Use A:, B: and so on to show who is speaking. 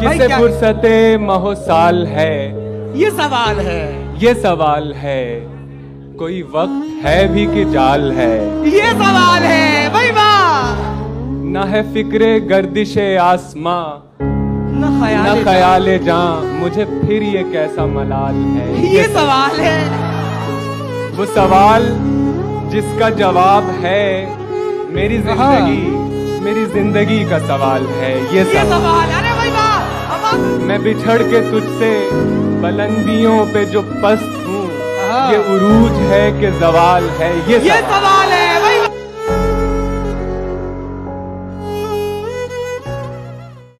A: کسے فرصت مہوسال ہے
B: یہ سوال ہے
A: یہ سوال ہے کوئی وقت ہے بھی کہ جال ہے
B: یہ سوال ہے بھائی واہ
A: نہ ہے فکر گردش آسماں
B: نہ
A: نہ
B: خیال ہے۔
A: خیال جاں مجھے پھر یہ کیسا ملال ہے
B: یہ سوال ہے
A: وہ سوال جس کا جواب ہے میری
B: ہاں۔
A: زندگی میری زندگی کا سوال ہے یہ
B: یہ
A: سوال
B: سوال ارے بھائی واہ اب آپ-
A: میں بچھڑ کے تجھ سے بلندیوں پہ جو پست ہوں یہ عروج ہے کہ زوال ہے یہ
B: یہ سوال ہے